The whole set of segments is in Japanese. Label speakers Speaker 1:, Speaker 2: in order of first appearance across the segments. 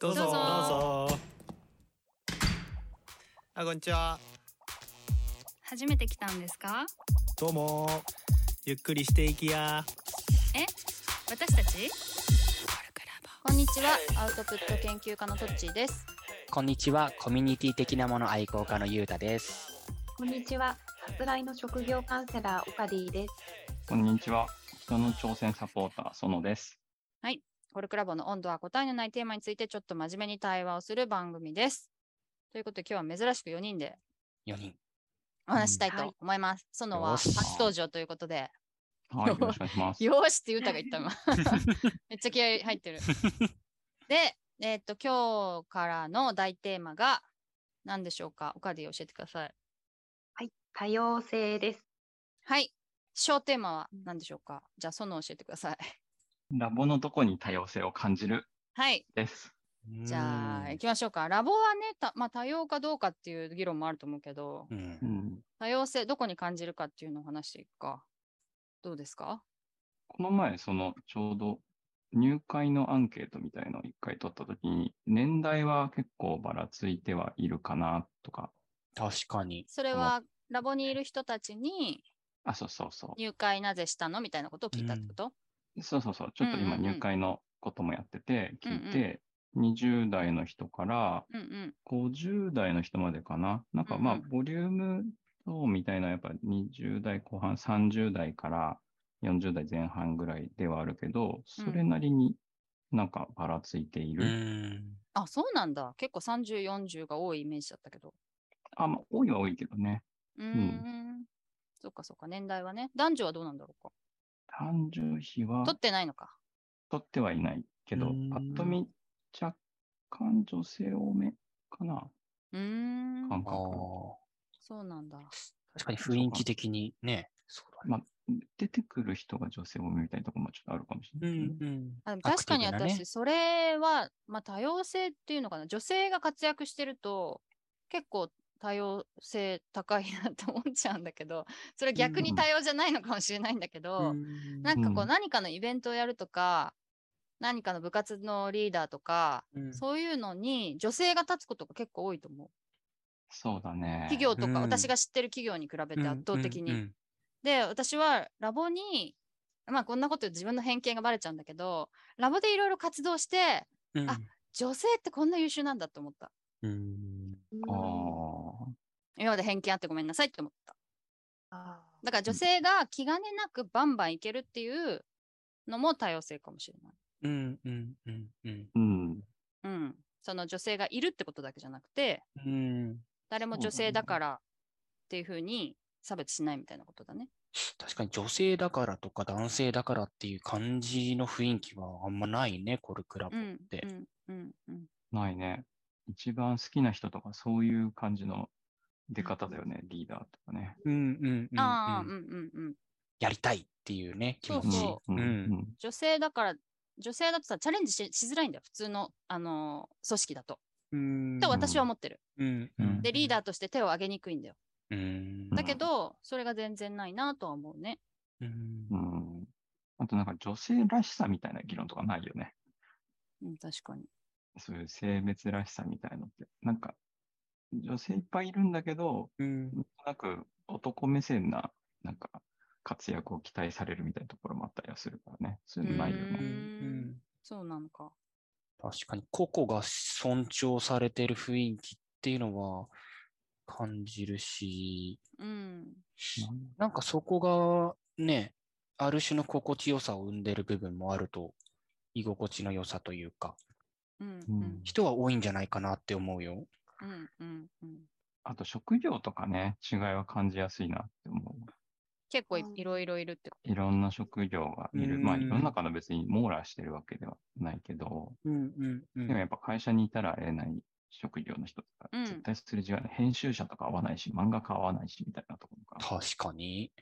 Speaker 1: どうぞ
Speaker 2: どうぞ
Speaker 1: あこんにちは
Speaker 2: 初めて来たんですか
Speaker 1: どうもゆっくりしていきや
Speaker 2: え私たち
Speaker 3: こんにちは、アウトプット研究家のトッチーです。
Speaker 4: こんにちは、コミュニティ的なもの愛好家のゆうたです。
Speaker 5: こんにちは。さすらいの職業カウンセラー、オカディです。
Speaker 6: こんにちは。人の挑戦サポーター、そのです。
Speaker 3: ホルクラボの温度は答えのないテーマについてちょっと真面目に対話をする番組です。ということで今日は珍しく4人で
Speaker 4: 4人。
Speaker 3: お話ししたい
Speaker 5: うんは
Speaker 3: と
Speaker 5: い
Speaker 3: 思います。そのは
Speaker 4: よっし
Speaker 3: 初登場ということで、
Speaker 6: はい、よろしくお願いします。
Speaker 3: よーしってゆうたが言ったの。 めっちゃ気合い入ってる。で、えっと、今日からの大テーマが何でしょうかおかで教えてください。
Speaker 5: 多様性です。
Speaker 3: はい。小テーマは何でしょうかじゃあ、その教えてください。
Speaker 6: ラボのどこに多様性を感じる
Speaker 3: はい。
Speaker 6: です。
Speaker 3: じゃあ
Speaker 4: う
Speaker 3: 行きましょうか。ラボはね、たまあ、多様かどうかっていう議論もあると思うけど、
Speaker 4: ーん。う
Speaker 6: うんん、
Speaker 3: 多様性どこに感じるかっていうのを話していくか。どうですか
Speaker 6: この前、その、ちょうど入会のアンケートみたいのを一回取ったときに、年代は結構ばらついてはいるかなとか、
Speaker 4: 確かに。
Speaker 3: それはラボにいる人たちに
Speaker 6: あ、そうそうそ
Speaker 3: 入会なぜしたのみたいなことを聞いたってこと、
Speaker 6: う。そうそうそう。ちょっと
Speaker 3: うんうん
Speaker 6: 今
Speaker 3: うん
Speaker 6: 入会のこともやってて、聞い
Speaker 3: うん
Speaker 6: て、20代の人から
Speaker 3: うん、うん
Speaker 6: 50代の人までかな。なんかま
Speaker 3: う
Speaker 6: あ
Speaker 3: ん、
Speaker 6: ボリューム等みたいな、やっぱ20代後半、30代から40代前半ぐらいではあるけど、それなりになんかばらついていうる。
Speaker 4: ーん。
Speaker 3: あ、そうなんだ。結構30、40が多いイメージだったけど。
Speaker 6: あ、まあ、多いは多いけどね。
Speaker 3: うーん。そっかそっか、年代はね。男女はどうなんだろうか。
Speaker 6: 誕生日は
Speaker 3: 取ってないのか。
Speaker 6: 取ってはいないけど
Speaker 4: うーん、
Speaker 6: ぱっと見若干女性多めかな、
Speaker 3: うーん。
Speaker 6: 感
Speaker 4: あ
Speaker 6: 覚。
Speaker 4: ー
Speaker 3: そうなんだ。
Speaker 4: 確かに雰囲気的にね。そうだね。
Speaker 6: まあ、出てくる人が女性多めみたいなところもちょっとあるかもしれ
Speaker 4: う
Speaker 6: ないけどね、
Speaker 4: んうん。
Speaker 3: あでも
Speaker 4: アク
Speaker 3: 確
Speaker 4: テ
Speaker 3: か
Speaker 4: ィ
Speaker 3: に
Speaker 4: ブなね
Speaker 3: 私、それは、まあ、多様性っていうのかな、女性が活躍してると、結構多様性高いなって思っちゃうんだけど、それ逆
Speaker 6: う
Speaker 3: に
Speaker 6: ん
Speaker 3: 多様じゃないのかもしれないんだけど、なんかこ
Speaker 6: う
Speaker 3: うん何かのイベントをやるとか、何かの部活のリーダーとか、
Speaker 4: うん
Speaker 3: そういうのに女性が立つことが結構多いと思う。
Speaker 6: そうだね。
Speaker 3: 企業とか、
Speaker 4: うん
Speaker 3: 私が知ってる企業に比べて圧倒的に。
Speaker 4: うんうん
Speaker 3: で、私はラボに、まあこんなこと言うと自分の偏見がバレちゃうんだけど、ラボでいろいろ活動して、
Speaker 4: うん
Speaker 3: あ女性ってこんな優秀なんだって思った。
Speaker 4: うーん。
Speaker 6: あー
Speaker 3: 今まで偏見あってごめんなさいって思った。
Speaker 5: あ
Speaker 3: だから女性が気兼ねなくバンバンいけるっていうのも多様性かもしれない。
Speaker 4: うんうんうんうん。
Speaker 6: うん。
Speaker 3: うん。その女性がいるってことだけじゃなくて、
Speaker 4: うん。
Speaker 3: 誰も
Speaker 6: そうだ
Speaker 3: 女
Speaker 6: ね
Speaker 3: 性だからっていうふうに差別しないみたいなことだね。
Speaker 4: 確かに女性だからとか男性だからっていう感じの雰囲気はあんまないね、コルクラ
Speaker 3: う
Speaker 4: ブっ
Speaker 3: ん。う
Speaker 4: て。
Speaker 3: ん。うん。うん。
Speaker 6: ないね。一番好きな人とか、そういう感じの出方だよね、リーダーとかね。
Speaker 4: うんうんうんうん
Speaker 3: ああ、うんうんうん。
Speaker 4: やりたいっていうね、気持
Speaker 3: そう
Speaker 4: ち。
Speaker 3: そ
Speaker 6: うん
Speaker 4: うん
Speaker 6: ん
Speaker 3: 女性だから、女性だとさ、チャレンジししづらいんだよ。普通の、あのー組織だと。
Speaker 4: うん
Speaker 3: と私は思ってる。
Speaker 4: うん
Speaker 6: うん
Speaker 3: で、リーダーとして手を挙げにくいんだよ。
Speaker 4: うん
Speaker 3: だけど、それが全然ないなとは思うね。
Speaker 4: うん
Speaker 6: うんうんあとなんか女性らしさみたいな議論とかないよね。
Speaker 3: うん、確かに。
Speaker 6: そういう性別らしさみたいのって。なんか、女性いっぱいいるんだけど、
Speaker 4: うん
Speaker 6: なんとなく男目線な、なんか、活躍を期待されるみたいなところもあったりはするからね。そういうのないよ
Speaker 3: う
Speaker 4: う
Speaker 6: ね。
Speaker 4: ん
Speaker 3: んそうなのか。
Speaker 4: 確かに個々が尊重されてる雰囲気っていうのは感じるし、
Speaker 3: うん。
Speaker 4: なんかそこがね、ある種の心地よさを生んでる部分もあると、居心地の良さというか、
Speaker 3: うん。う
Speaker 6: うん
Speaker 3: ん。
Speaker 4: 人は多いんじゃないかなって思うよ。
Speaker 3: うん。うん。うん
Speaker 6: あと職業とかね、違いは感じやすいなって思う。
Speaker 3: 結構い
Speaker 5: うん
Speaker 3: いろいろいるってこ
Speaker 6: いろんな職業がいる。まあ、
Speaker 4: うん
Speaker 6: 世の中の別に網羅してるわけではないけど、
Speaker 4: うんうんう
Speaker 6: でもやっぱ会社にいたら会えない職業の人とか、
Speaker 3: うん
Speaker 6: 絶対すれ違いない。編集者とか合わないし、漫画家合わないし、みたいなところが
Speaker 4: 確かに。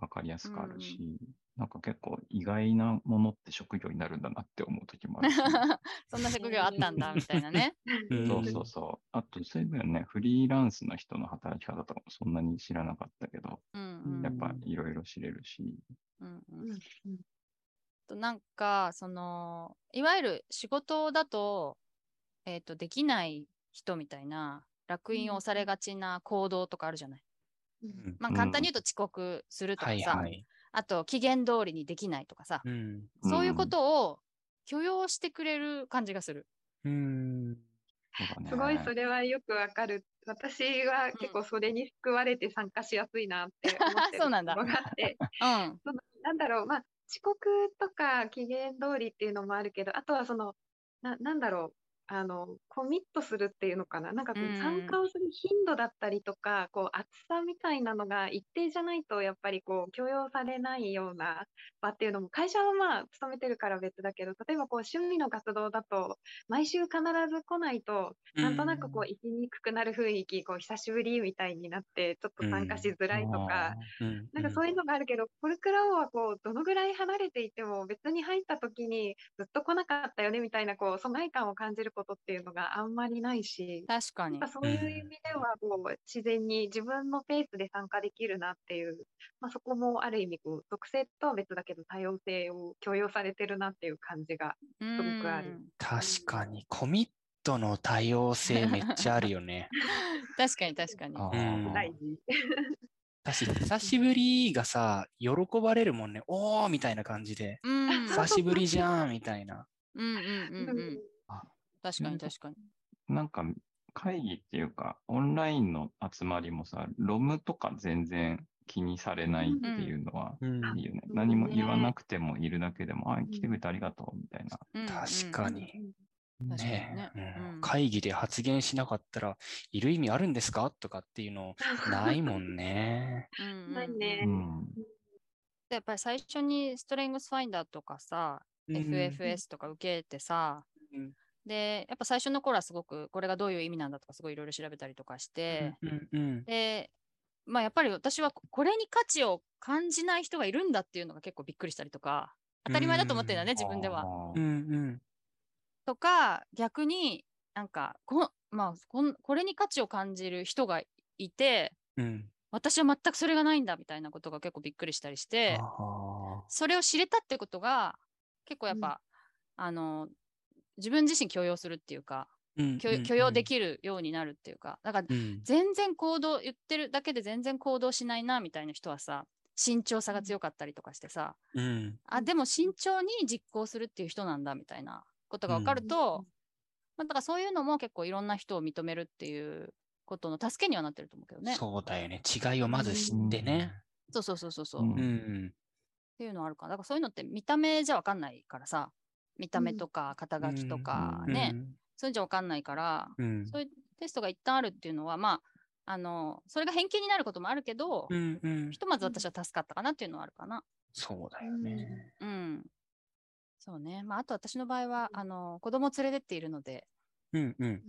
Speaker 6: 分かりやすくあるし、なんか結構意外なものって職業になるんだなって思う時もあるし。
Speaker 3: と。 そんな職業あったんだ、みたいな ね。
Speaker 4: うん
Speaker 6: そうそうそう。あと、そういう分ね、フリーランスの人の働き方とかもそんなに知らなかったけど、
Speaker 3: うん。うん
Speaker 6: やっぱいろいろ知れるし、
Speaker 3: うんう
Speaker 5: ーうんんうん
Speaker 3: となんか、その、いわゆる仕事だと、えっ、と、できない人みたいな、楽印を押されがちな行動とかあるじゃない。
Speaker 5: うん
Speaker 3: まあ、
Speaker 6: うん
Speaker 3: 簡単に言うと遅刻するとか
Speaker 4: はい
Speaker 3: さ、
Speaker 4: はい。
Speaker 3: あと、期限通りにできないとかさ、
Speaker 4: うん。
Speaker 3: そういうことを許容してくれる感じがする。
Speaker 4: うん。
Speaker 5: すごいそ
Speaker 6: れ。
Speaker 5: れはよくわかる。私は結構それに救われて参加しやすいなって思ってる
Speaker 3: そうなんだ
Speaker 5: ところがあって、
Speaker 3: うん。
Speaker 5: そのなんだろう、まあ、遅刻とか期限通りっていうのもあるけど、あとはその、ななんだろう、あの、コミットするっていうのかな。なんかこ
Speaker 3: うん
Speaker 5: う、参加をする頻度だったりとか、こう、厚さみたいなのが一定じゃないと、やっぱりこう、許容されないような場っていうのも、会社はまあ、勤めてるから別だけど、例えばこう、趣味の活動だと、毎週必ず来ないと、なんとなくこう、行きにくくなる雰囲気、こう、久しぶりみたいになって、ちょっと参加しづらいとか、
Speaker 4: うん、
Speaker 5: なんかそういうのがあるけど、コルクラオはこう、どのぐらい離れていても、別に入った時にずっと来なかったよねみたいな、こう、疎外感を感じることっていうのがあんまりないし、
Speaker 3: 確か
Speaker 5: なん
Speaker 3: に
Speaker 5: か。そういう意味では、こう、自然に自分のペースで参加できるなっていう、まあそこもある意味、こう、属性とは別だけど、多様性を強要されてるなっていう感じが。
Speaker 3: す
Speaker 5: ごくある
Speaker 4: 確かに、コミットの多様性めっちゃあるよね。
Speaker 3: 確かに確かに。
Speaker 6: あ
Speaker 4: うん
Speaker 6: ー
Speaker 5: 大事。
Speaker 4: 私、久しぶりがさ、喜ばれるもんね。おーみたいな感じで。
Speaker 3: うん。うん
Speaker 4: 久しぶりじゃんみたいな。
Speaker 3: うんうんうん。確かに確かに。
Speaker 6: なんか会議っていうか、オンラインの集まりもさ、ロムとか全然気にされないっていうのは、
Speaker 4: うん
Speaker 6: いいよね。
Speaker 5: うん
Speaker 6: 何も言わなくてもいるだけでも、あ、来てくれてありがとうみたいな。
Speaker 3: うんうん
Speaker 4: 確か
Speaker 3: 確かに
Speaker 4: に。
Speaker 3: ね
Speaker 4: ねえうん
Speaker 3: うん
Speaker 4: 会議で発言しなかったら、いる意味あるんですかとかっていうの、ないも んね。
Speaker 3: うんうんうん
Speaker 5: ないね
Speaker 6: うん。
Speaker 3: でやっぱり最初にストレングスファインダーとかさ、FFS とか受けてさ、
Speaker 4: うん
Speaker 3: で、やっぱ最初の頃はすごくこれがどういう意味なんだとかすごいいろいろ調べたりとかして、
Speaker 4: うんうん
Speaker 3: で、まあやっぱり私はここれに価値を感じない人がいるんだっていうのが結構びっくりしたりとか、当たり前だと思ってるんだね、自分では。
Speaker 6: は
Speaker 4: うんうん
Speaker 3: とか逆になんかこ,、まあ、こんこれに価値を感じる人がいて
Speaker 4: うん
Speaker 3: 私は全くそれがないんだみたいなことが結構びっくりしたりして
Speaker 4: あー
Speaker 3: それを知れたってことが結構やっぱ、あの自分自身許容するっていうか
Speaker 4: うん
Speaker 3: 許許容できるようになるっていうかだから
Speaker 4: うん
Speaker 3: 全然行動言ってるだけで全然行動しないなみたいな人はさ慎重さが強かったりとかしてさ、
Speaker 4: うん
Speaker 3: あでも慎重に実行するっていう人なんだみたいなことが分かると、まあ、だからそういうのも結構いろんな人を認めるっていうことの助けにはなってると思うけどね。
Speaker 4: そうだよね。違いをまず知ってね。
Speaker 3: そうそうそうそうそう、
Speaker 6: う
Speaker 3: っ
Speaker 6: ん
Speaker 4: うん
Speaker 3: ていうのはあるからだからそういうのって見た目じゃ分かんないからさ見た目とか肩書きとか
Speaker 4: うん
Speaker 3: ね、そういうんじゃ分かんないから、
Speaker 4: うん
Speaker 3: そういうテストが一旦あるっていうのはまああのそれが偏見になることもあるけど、
Speaker 4: うんうん
Speaker 3: ひとまず私は助かったかなっていうのはあるかな。
Speaker 4: そうだよね。
Speaker 3: うんそうね。まあ、あと私の場合は、あの、子供を連れてっているので、
Speaker 4: うんうん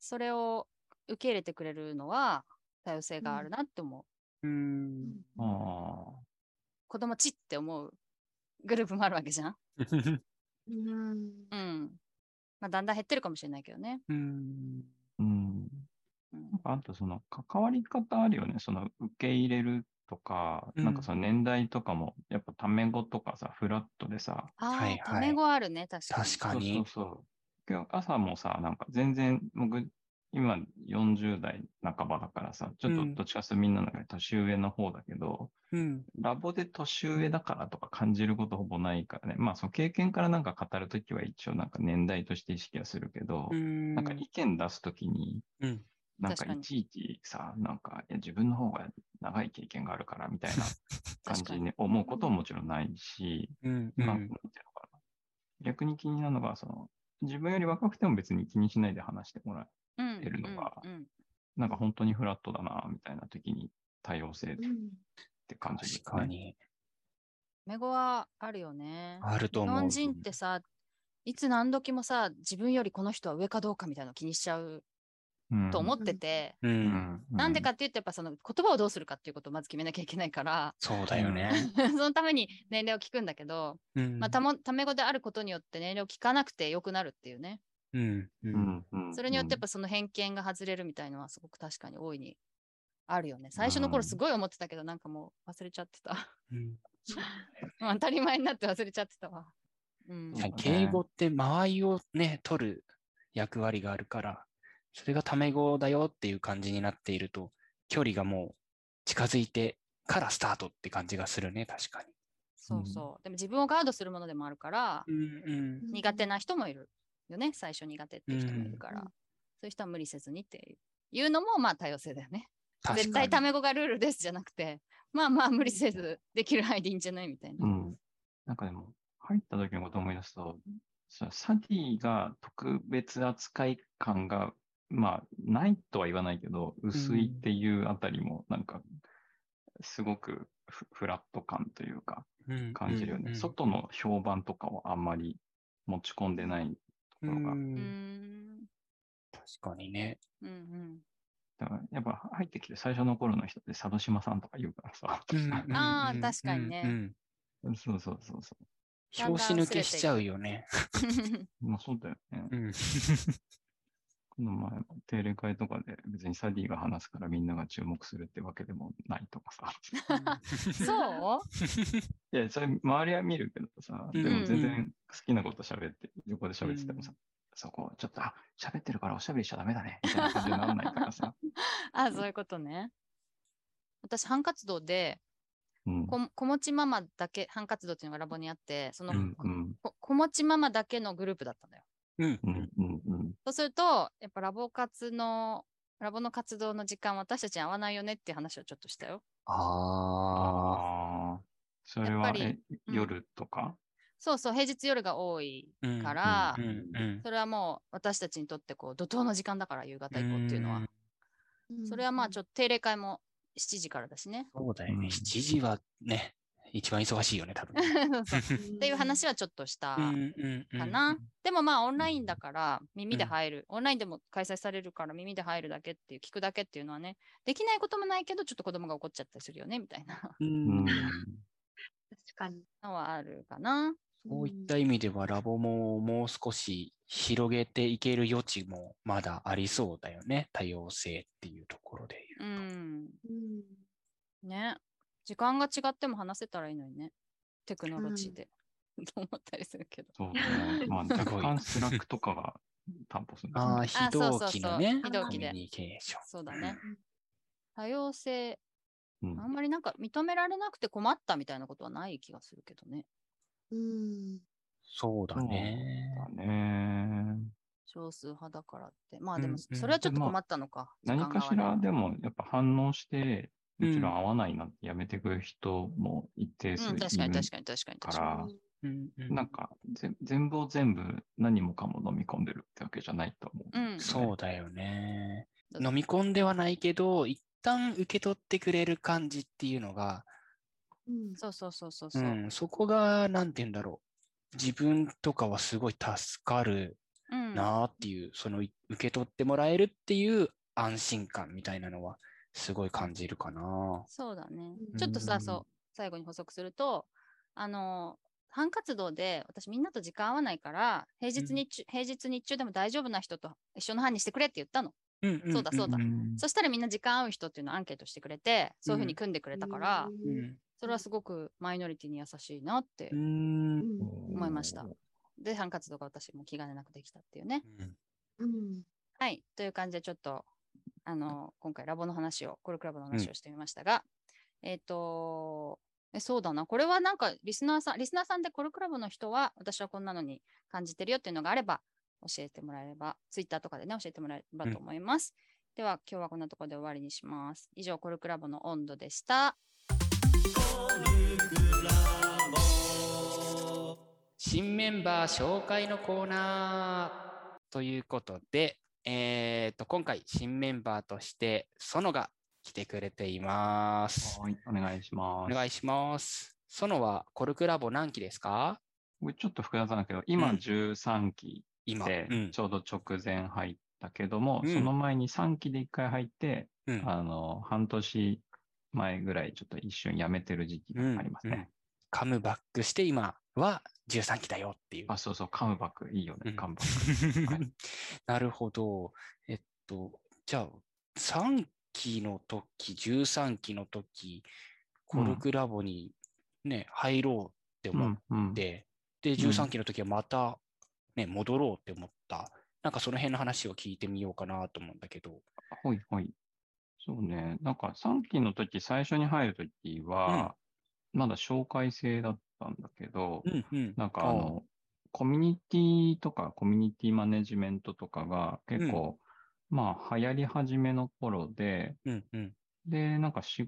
Speaker 3: それを受け入れてくれるのは多様性があるなって思う。
Speaker 4: うん。
Speaker 6: あー
Speaker 3: 子供ちって思うグループもあるわけじゃん。
Speaker 5: うん
Speaker 3: うん。まあ、だんだん減ってるかもしれないけどね。
Speaker 4: うん
Speaker 6: うん。
Speaker 3: うん
Speaker 6: なんかあとその関わり方あるよね。その受け入れるとか、
Speaker 4: うん
Speaker 6: なんかその年代とかも、やっぱタメ語とかさ、フラットでさ、
Speaker 3: ああ、
Speaker 4: はいはい
Speaker 3: タメ語あるね、確かに。
Speaker 4: 確かに。
Speaker 6: そうそうそう。今日朝もさ、なんか全然、僕、今40代半ばだからさ、ちょっ
Speaker 4: う
Speaker 6: と
Speaker 4: ん
Speaker 6: どっちかっていうとみんなの中で年上の方だけど、
Speaker 4: うん
Speaker 6: ラボで年上だからとか感じることほぼないからね。まあその経験からなんか語るときは一応なんか年代として意識はするけど、
Speaker 4: うん
Speaker 6: なんか意見出すときに、
Speaker 4: うん
Speaker 6: なんか
Speaker 3: 確か
Speaker 6: い
Speaker 3: に
Speaker 6: ちいちさ、なんかいや自分の方が長い経験があるからみたいな感
Speaker 3: 確
Speaker 6: じ
Speaker 3: か
Speaker 6: に
Speaker 3: に。
Speaker 6: ね思うことももちろんないし、
Speaker 4: うんう
Speaker 6: まあ、なん
Speaker 4: ん
Speaker 6: ていうのかな。逆に気になるのが、その、自分より若くても別に気にしないで話してもらう。
Speaker 3: うん
Speaker 6: 減るのが
Speaker 3: うんうん
Speaker 6: なんか本当にフラットだな、みたいな時に多様性って感じる、
Speaker 4: 確か。に。
Speaker 3: タメ語はあるよね。
Speaker 4: あると
Speaker 3: 日
Speaker 4: 思う。
Speaker 3: 本人ってさ、いつ何時もさ、自分よりこの人は上かどうかみたいなの気にしちゃう
Speaker 6: うん、
Speaker 3: と思ってて、
Speaker 4: う。
Speaker 6: うんん。
Speaker 3: なんでかっていうと、やっぱその言葉をどうするかっていうことをまず決めなきゃいけないから、
Speaker 4: そうだよね。
Speaker 3: そのために年齢を聞くんだけど、
Speaker 4: うん
Speaker 3: まあ、たもタメ語であることによって年齢を聞かなくてよくなるっていうね。
Speaker 4: うんう
Speaker 6: うんん、うん。
Speaker 3: それによってやっ
Speaker 6: ぱ、
Speaker 3: ぱその偏見が外れるみたいのはすごく確かに大いにあるよね。最初の頃すごい思ってたけどなんかもう忘れちゃってた。
Speaker 4: うん
Speaker 3: うん当たり前になって忘れちゃってたわ。うん。
Speaker 6: はい
Speaker 4: 敬語って間合いをね、取る役割があるから、それがタメ語だよっていう感じになっていると、距離がもう近づいてからスタートって感じがするね、確か
Speaker 3: そうそう。でも自分をガードするものでもあるから、
Speaker 4: に。うん
Speaker 3: 苦手な人もいるよね。最初苦手っていう人もいるから、
Speaker 5: うん
Speaker 3: そういう人は無理せずにっていういうのもまあ多様性だよね。
Speaker 4: 確かに
Speaker 3: 絶対タメ語がルールですじゃなくて、まあまあ無理せずできる範囲でいいんじゃないみたいな。
Speaker 6: うん。なんかでも、入った時のこと思い出すと、さサディが特別扱い感が、まあ、ないとは言わないけど、薄いっていうあたりも、なんか、すごくフフラット感というか、
Speaker 4: うん
Speaker 6: 感じるよね。外の評判とかをあんまり持ち込んでないところが、
Speaker 4: う
Speaker 3: う
Speaker 4: ん
Speaker 3: ーん。
Speaker 4: 確かにね。
Speaker 3: うんうん。
Speaker 6: だからやっぱ入ってきて最初の頃の人って佐渡島さんとか言うからさ、
Speaker 3: あー
Speaker 4: うん
Speaker 3: 確かにね
Speaker 4: うんうん
Speaker 6: そうそうそうそ
Speaker 3: だんだん
Speaker 4: 拍子抜けしちゃうよね。
Speaker 6: う。まあそうだよね。
Speaker 4: うん
Speaker 6: この前も定例会とかで別にサディが話すからみんなが注目するってわけでもないと かさ。
Speaker 3: そう
Speaker 6: いや、それ周りは見るけどさ、でも全然好きなこと喋って、横で喋っててもさ、そこちょっと、あ、喋ってるからおしゃべりしちゃダメだね、みたいな感じにならないか らさ。
Speaker 3: あそういうことね。私、班活動で、
Speaker 6: うん。
Speaker 3: こ子持ちママだけ、班活動っていうのがラボにあって、その、
Speaker 6: うん、うん、
Speaker 3: こ子持ちママだけのグループだったのよ。
Speaker 4: うん
Speaker 6: う。ん、うん、
Speaker 3: そうすると、やっぱラボ活の、ラボの活動の時間、私たちに合わないよねっていう話をちょっとしたよ。
Speaker 4: ああ。
Speaker 6: ああ。それ
Speaker 3: や
Speaker 6: は
Speaker 3: っ、ぱり
Speaker 6: え
Speaker 3: うん
Speaker 6: 夜とか
Speaker 3: そうそう、平日夜が多い
Speaker 4: うん
Speaker 3: から、
Speaker 4: うんうん
Speaker 3: それはもう私たちにとってこう怒涛の時間だから夕方以降っていうのは。それはまあちょ
Speaker 5: っ
Speaker 3: っと定例会も7時からだしね。
Speaker 4: そうだよ
Speaker 6: うん
Speaker 4: ね。7時はね、一番忙しいよね、多 分。
Speaker 3: そうそう
Speaker 5: と
Speaker 3: っていう話はちょっとした。かなでもまあオンラインだから耳で
Speaker 4: うん
Speaker 3: 入る、オンラインでも開催されるから耳で入るだけっていう聞くだけっていうのはねできないこともないけどちょっと子供が怒っちゃったりするよねみたいな
Speaker 4: う
Speaker 6: うんん。
Speaker 5: 確かに。
Speaker 3: のはあるかな
Speaker 4: そういった意味ではラボももう少し広げていける余地もまだありそうだよね。多様性っていうところで
Speaker 3: う
Speaker 4: 言うと。
Speaker 3: ん
Speaker 5: うん
Speaker 3: ね時間が違っても話せたらいいのにねテクノロジーで、 と思ったりするけど
Speaker 6: そうだね。ま あ、
Speaker 4: す
Speaker 6: 若
Speaker 4: ごい
Speaker 6: 干スラックとかが担保するんだよね
Speaker 4: ああ、非同期のね。
Speaker 3: 非
Speaker 5: 同
Speaker 4: コ
Speaker 3: 期
Speaker 4: ミ
Speaker 3: で
Speaker 4: ュニケーショ
Speaker 3: そうだね多様性
Speaker 6: うん
Speaker 3: あんまりなんか認められなくて困ったみたいなことはない気がするけどね
Speaker 5: うん
Speaker 4: ン。そうだね。
Speaker 6: だね。
Speaker 3: 少数派だからってまあでも
Speaker 4: うんうん
Speaker 3: それはちょっと
Speaker 6: まあ
Speaker 3: 困ったのか、
Speaker 6: 何か
Speaker 3: 時
Speaker 6: し
Speaker 3: 間が合わ
Speaker 6: ら
Speaker 3: ない
Speaker 6: でもやっぱ反応して、
Speaker 4: うん
Speaker 6: もちろん合わないなってやめてくる人も一定数い
Speaker 3: うん、
Speaker 6: る
Speaker 3: 確かに確かに確かに
Speaker 6: か
Speaker 3: 確かに。
Speaker 6: ら、
Speaker 4: うんうん
Speaker 6: なんかぜ全部を全部何もかも飲み込んでるってわけじゃないと思う。
Speaker 3: うん
Speaker 4: そうだよね。
Speaker 3: だって
Speaker 4: 飲み込んではないけど、一旦受け取ってくれる感じっていうのが、
Speaker 5: うん
Speaker 3: そうそうそうそう
Speaker 4: う
Speaker 3: そう。うん
Speaker 4: ん、そこが、なんて言うんだろう。自分とかはすごい助かるなーっていう、そのい受け取ってもらえるっていう安心感みたいなのは、すごい感じるかな。
Speaker 3: そうだね
Speaker 5: う。ん
Speaker 3: ちょっと
Speaker 4: う
Speaker 3: さ、
Speaker 4: ん
Speaker 3: そう、最後に補足すると、あの、班活動で私みんなと時間合わないから、平日
Speaker 4: うん
Speaker 3: 日中、平日日中でも大丈夫な人と一緒の班にしてくれって言ったの。
Speaker 4: うんん
Speaker 3: そうだそうだ
Speaker 6: ん
Speaker 3: そしたらみんな時間合う人っていうのをアンケートしてくれて、そういうふうに組んでくれたから、
Speaker 5: うん
Speaker 4: うん
Speaker 3: それはすごくマイノリティに優しいなって
Speaker 4: う、ん。
Speaker 5: うん
Speaker 3: 思いましたで、班活動が私も気兼ねなくできたっていうね。
Speaker 4: うん
Speaker 5: うん
Speaker 3: はい。という感じで、ちょっと、あの、今回ラボの話を、コルクラボの話をしてみましたが、えっ、とえ、そうだな。これはなんか、リスナーさん、リスナーさんでコルクラボの人は、私はこんなのに感じてるよっていうのがあれば、教えてもらえれば、ツイッターとかでね、教えてもらえればと思います。では、今日はこんなところで終わりにします。以上、コルクラボの温度でした。
Speaker 4: 新メンバー紹介のコーナーということで、えー、と今回新メンバーとして園が来てくれています。
Speaker 6: はい、お願いし
Speaker 4: お
Speaker 6: ます。
Speaker 4: 願いします。園はコルクラボ何期ですか
Speaker 6: これちょっと複雑なんだけど、今
Speaker 4: うん
Speaker 6: 13期
Speaker 4: 今。
Speaker 6: で
Speaker 4: うん
Speaker 6: ちょうど直前入ったけども、
Speaker 4: うん
Speaker 6: その前に3期で1回入って、
Speaker 4: うん
Speaker 6: あの、半年前ぐらいちょっと一瞬やめてる時期がありますね。
Speaker 4: うんうんカムバックして今は13期だよっていう。
Speaker 6: あ、そうそう、カムバック、いいよ
Speaker 4: う
Speaker 6: ね、
Speaker 4: ん
Speaker 6: カムバック。はい
Speaker 4: なるほど。えっと、じゃあ、3期の時、13期の時、コルクラボにね、入ろうって
Speaker 6: う
Speaker 4: 思っ
Speaker 6: ん、うん。
Speaker 4: て、で、13期の時はまた、ね、戻ろうって思った。なんかその辺の話を聞いてみようかなと思うんだけど。
Speaker 6: ほいほい。そうね。なんか3期の時、最初に入る時は、まだ紹介制だったんだけど、
Speaker 4: うんうん。
Speaker 6: なんかあの、コミュニティとかコミュニティマネジメントとかが結構、まあ流行り始めの頃で、
Speaker 4: うんうん。
Speaker 6: で、なんか仕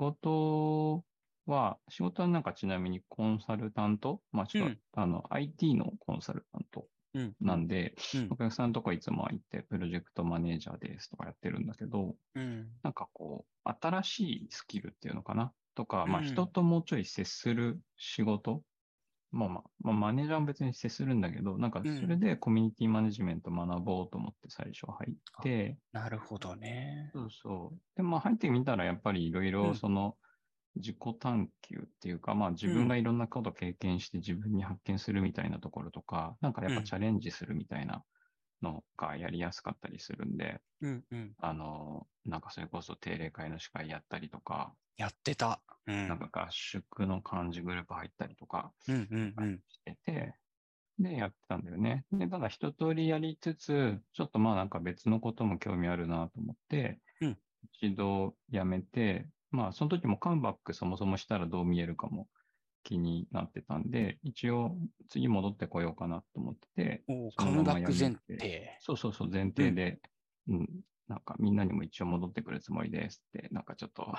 Speaker 6: 事は、仕事はなんかちなみにコンサルタント、まあちょっ
Speaker 4: う
Speaker 6: と、
Speaker 4: ん
Speaker 6: あの、IT のコンサルタント
Speaker 4: うん
Speaker 6: なんで、
Speaker 4: うん
Speaker 6: お客さんのとこいつも行って、プロジェクトマネージャーですとかやってるんだけど、
Speaker 4: うん。
Speaker 6: なんかこう、新しいスキルっていうのかなとか、まあ
Speaker 4: うん
Speaker 6: 人ともうちょい接する仕事、まあまあ、まあマネージャーも別に接するんだけど、なんか
Speaker 4: うん
Speaker 6: それでコミュニティマネジメント学ぼうと思って最初入って、
Speaker 4: なるほどね。
Speaker 6: そうそう。で、まあ入ってみたらやっぱりいろいうろ
Speaker 4: ん
Speaker 6: その自己探求っていうか、まあ自分がいろんなことを経験して自分に発見するみたいなところとか、なんかやっ
Speaker 4: う
Speaker 6: ぱ
Speaker 4: ん
Speaker 6: チャレンジするみたいなのがやりやすかったりするんで、
Speaker 4: うんうん。
Speaker 6: あの、なんかそれこそ定例会の司会やったりとか、
Speaker 4: やってた。うん。
Speaker 6: なんか合宿の漢字グループ入ったりとか
Speaker 4: うんうんうん。
Speaker 6: してて、で、やってたんだよね。で、ただ一通りやりつつ、ちょっとまあなんか別のことも興味あるなと思って、
Speaker 4: うん
Speaker 6: 一度やめて、まあその時もカムバックそもそもしたらどう見えるかも気になってたんで、一応次戻ってこようかなと思ってて、
Speaker 4: おー
Speaker 6: そ
Speaker 4: カ
Speaker 6: の
Speaker 4: ム
Speaker 6: まま
Speaker 4: バック
Speaker 6: や
Speaker 4: 前
Speaker 6: めて
Speaker 4: 提。。
Speaker 6: そうそうそう、前提で、うん、なんかみんなにも一応戻ってくるつもりですって、なんかちょっと、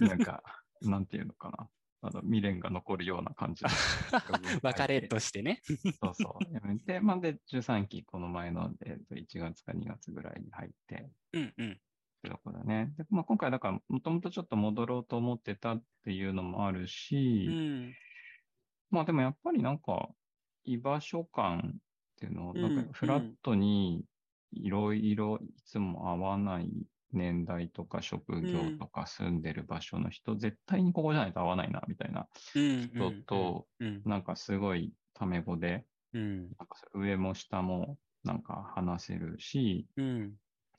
Speaker 6: なんか、なんていうのかな。あの未練が残るような感じで
Speaker 4: 別れとしてね。
Speaker 6: そうそう。やめて、まあ、で、13期、この前の、えっ、と、1月か2月ぐらいに入って、っ
Speaker 4: うんうん。
Speaker 6: てとこだね。で、まあ、今回、だから、もともとちょっと戻ろうと思ってたっていうのもあるし、
Speaker 4: うん。
Speaker 6: まあ、でもやっぱりなんか、居場所感っていうのを、
Speaker 4: う
Speaker 6: なんんか、フラットに、いろいろ、いつも合わない年代とか、職業とか、住んでる場所の人、絶対にここじゃないと合わないな、みたいな
Speaker 4: うんう
Speaker 6: 人
Speaker 4: ん。
Speaker 6: と、
Speaker 4: うん、
Speaker 6: なんかすごいタメ語で、
Speaker 4: うん。
Speaker 6: なんかそれ上も下もなんか話せるし、
Speaker 4: うん。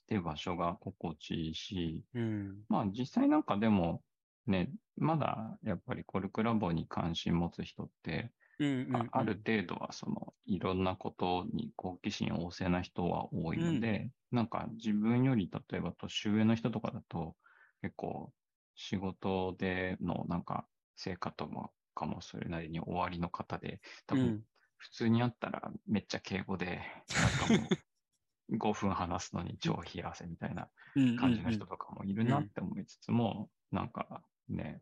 Speaker 6: で、場所が心地いいし、
Speaker 4: うん。
Speaker 6: まあ実際なんかでもね、まだやっぱりコルクラボに関心持つ人って、
Speaker 4: うん。
Speaker 6: あある程度はそのいろんなことに好奇心旺盛な人は多いので、なんか自分より例えば年上の人とかだと結構仕事でのなんか成果ともかもそれなりに終わりの方で、多
Speaker 4: う
Speaker 6: 分
Speaker 4: ん。
Speaker 6: 普通に会ったらめっちゃ敬語で、なんかもう5分話すのに超冷や汗みたいな
Speaker 4: うん。
Speaker 6: 感じの人とかもいるなって思いつつも、なんかね、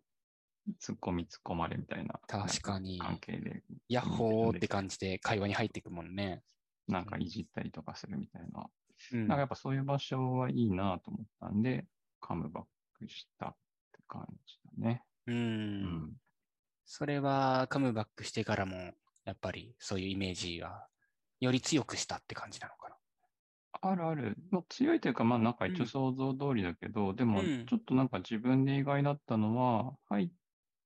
Speaker 6: 突っ込み突っ込まれみたいな。
Speaker 4: 確かに
Speaker 6: なん関係で、
Speaker 4: ヤッホーって感じで会話に入っていくもんね。
Speaker 6: なんかいじったりとかするみたいな。
Speaker 4: うん
Speaker 6: なんかやっぱそういう場所はいいなと思ったんで、カムバックしたって感じだね。
Speaker 4: う。
Speaker 6: うんん。
Speaker 4: それはカムバックしてからも、やっぱりそういうイメージがより強くしたって感じなのか
Speaker 6: あるある。まあ、強いというか、まあなんか一
Speaker 4: う
Speaker 6: 応
Speaker 4: ん
Speaker 6: 想像通りだけど、でも
Speaker 4: うん
Speaker 6: ちょっとなんか自分で意外だったのは、入っ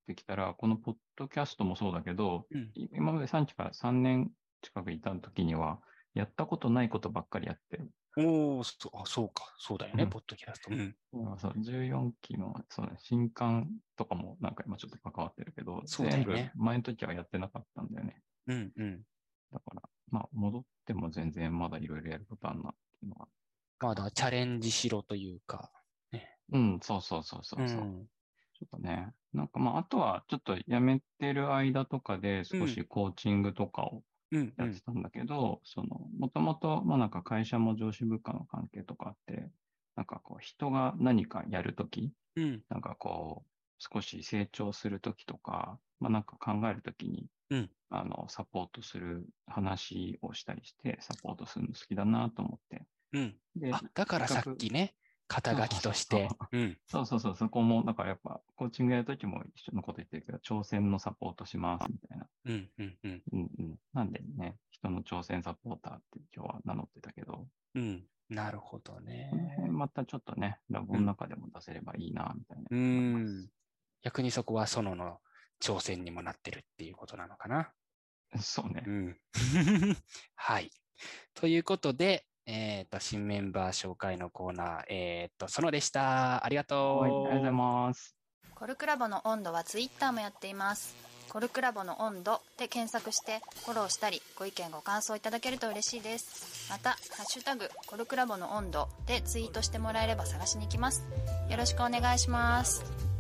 Speaker 6: てきたら、このポッドキャストもそうだけど、
Speaker 4: な。うん。
Speaker 6: い今まで3期から3年近くいた時には、やったことないことばっかりやって、
Speaker 4: おお、そあそうか、そうだよね、
Speaker 6: うん
Speaker 4: ポッドキャスト。うん。
Speaker 6: まあそう14期のそうね新刊とかもなんか今ちょっと関わってるけど、
Speaker 4: そうだよね
Speaker 6: 全部前の時はやってなかったんだよね。
Speaker 4: うんうん。
Speaker 6: だから、まあ戻っても全然まだいろいろやることあんなっていうのは。
Speaker 4: まだチャレンジしろというか。
Speaker 6: うん、そうそうそうそう
Speaker 4: ん
Speaker 6: そう。ちょっとね、なんかまあ、あとはちょっと辞めてる間とかで少しコーチングとかを
Speaker 4: うんう
Speaker 6: やっ
Speaker 4: ん
Speaker 6: てたんだけど、その、もともと、まあなんか会社も上司部下の関係とかあって、なんかこう人が何かやるとき、
Speaker 4: うん
Speaker 6: なんかこう、少し成長するときとか、まあなんか考えるときに、
Speaker 4: うん
Speaker 6: あの、サポートする話をしたりして、サポートするの好きだなと思って。
Speaker 4: うん。
Speaker 6: で、
Speaker 4: あ、だからさっきね、肩書きとして。うん。
Speaker 6: そうそうそう、そこも、だからやっぱ、コーチングやるときも一緒のこと言ってるけど、挑戦のサポートします、みたいな。
Speaker 4: うんうんうん
Speaker 6: うんうん。なんでね、人の挑戦サポーターって今日は名乗ってたけど、
Speaker 4: うん。なるほど
Speaker 6: この
Speaker 4: ね。
Speaker 6: 辺またちょっとね、ラボの中でも出せればいいな、みたいな。
Speaker 4: うん。逆にそこは園の挑戦にもなってるっていうことなのかな。
Speaker 6: そうね
Speaker 4: う。ん。はい。ということで、えっ、と、新メンバー紹介のコーナー、えっ、と、園でした。ありがとう。
Speaker 6: はい、ありがとうございます。
Speaker 2: コルクラボの温度はツイッターもやっています
Speaker 3: コルクラボの温度で検索してフォローしたりご意見ご感想いただけると嬉しいですまたハッシュタグコルクラボの温度でツイートしてもらえれば探しに行きますよろしくお願いします